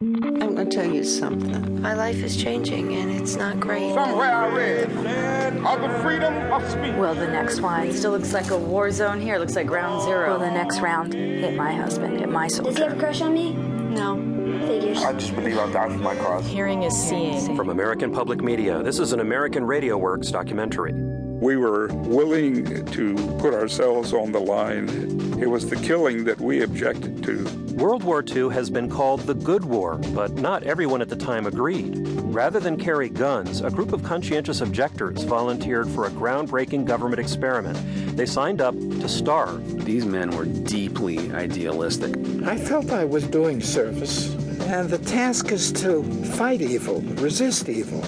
I'm going to tell you something. My life is changing and it's not great. Somewhere I read of the freedom of speech. Well, the next one still looks like a war zone here. Looks like round zero. Well, the next round hit my husband, hit my Does he have a soldier. crush on me? No. Figures. I just believe I died for my cause. Hearing is seeing. From American Public Media, this is an American Radio Works documentary. We were willing to put ourselves on the line. It was the killing that we objected to. World War II has been called the Good War, but not everyone at the time agreed. Rather than carry guns, a group of conscientious objectors volunteered for a groundbreaking government experiment. They signed up to starve. These men were deeply idealistic. I felt I was doing service, and the task is to fight evil, resist evil.